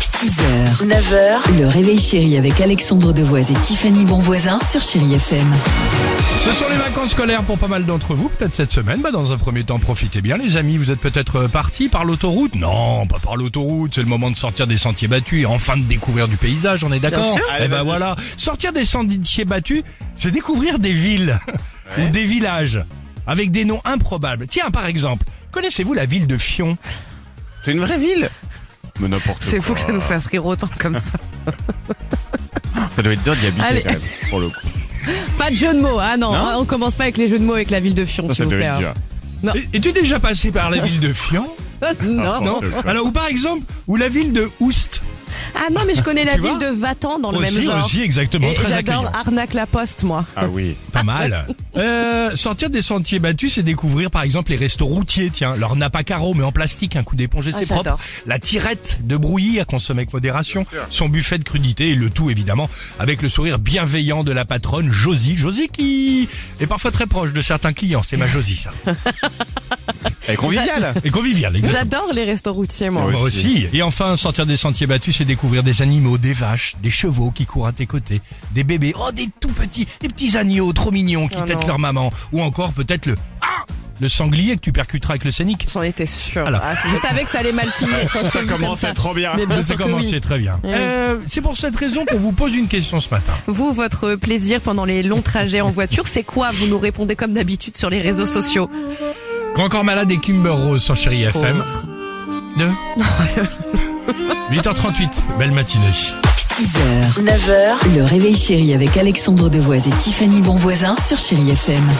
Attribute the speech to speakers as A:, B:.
A: 6h, 9h, le réveil chéri avec Alexandre Devoise et Tiffany Bonvoisin sur Chéri FM.
B: Ce sont les vacances scolaires pour pas mal d'entre vous, peut-être cette semaine. Bah, dans un premier temps, profitez bien, les amis. Vous êtes peut-être partis par l'autoroute. Non, pas par l'autoroute. C'est le moment de sortir des sentiers battus et enfin de découvrir du paysage. On est d'accord Eh ben voilà, sortir des sentiers battus, c'est découvrir des villes ou des villages avec des noms improbables. Tiens, par exemple, connaissez-vous la ville de Fion
C: C'est une vraie ville Mais n'importe quoi.
D: C'est fou que ça nous fasse rire autant comme ça.
C: Ça doit être dur d'y habiter
D: Allez.
C: quand même, pour le coup.
D: Pas de jeu de mots. Ah non,
C: Non
D: ah, on commence pas avec les jeux de mots avec la ville de Fion,
C: Ça, ça
D: s'il vous
C: doit
D: plaît.
C: être dur.
B: Et- Es-tu déjà passé par la ville de Fion
D: hein. non.
B: Non.
C: N'importe quoi.
B: Alors ou par exemple, ou la ville de Oust.
D: Ah non, mais je connais la
B: Tu
D: ville
B: vois
D: de Vatan dans le
B: aussi,
D: même genre.
B: aussi exactement.
D: Et
B: très accueillant.
D: j'adore Arnaque la Poste, moi.
C: Ah oui.
B: Pas mal. Euh, sortir des sentiers battus, c'est découvrir par exemple les restos routiers, tiens, leur napa caro mais en plastique, un coup d'épongé
D: Ah,
B: c'est
D: j'adore.
B: propre, la tirette de brouillis à consommer avec modération, son buffet de crudités et le tout évidemment avec le sourire bienveillant de la patronne Josie, Josie qui est parfois très proche de certains clients, c'est ma Josie ça.
C: Elle est conviviale
B: Et convivial, exactement.
D: J'adore les restos routiers,
B: Ah,
D: moi.
B: moi aussi. Et enfin, sortir des sentiers battus, c'est découvrir des animaux, des vaches, des chevaux qui courent à tes côtés, des bébés, oh des tout petits, des petits agneaux trop mignons qui
D: Oh
B: têtent
D: non.
B: leur maman, ou encore peut-être le ah le sanglier que tu percuteras avec le scénic.
D: J'en étais sûre.
B: Alors.
D: Ah, je savais que ça allait mal finir quand je t'ai vu comme ça.
C: trop bien.
D: Mais bien
B: Ça
D: sûr que
B: commence,
D: oui.
B: c'est très bien. Euh, c'est pour cette raison qu'on vous pose une question ce matin.
D: Vous, votre plaisir pendant les longs trajets en voiture, c'est quoi Vous nous répondez comme d'habitude sur les réseaux sociaux.
B: Grand Corps Malade et Kimber Rose sur Chéri FM.
D: Oh.
B: Deux. 8h38, belle matinée.
A: 6h, 9h, le réveil chéri avec Alexandre Devoise et Tiffany Bonvoisin sur Chéri FM.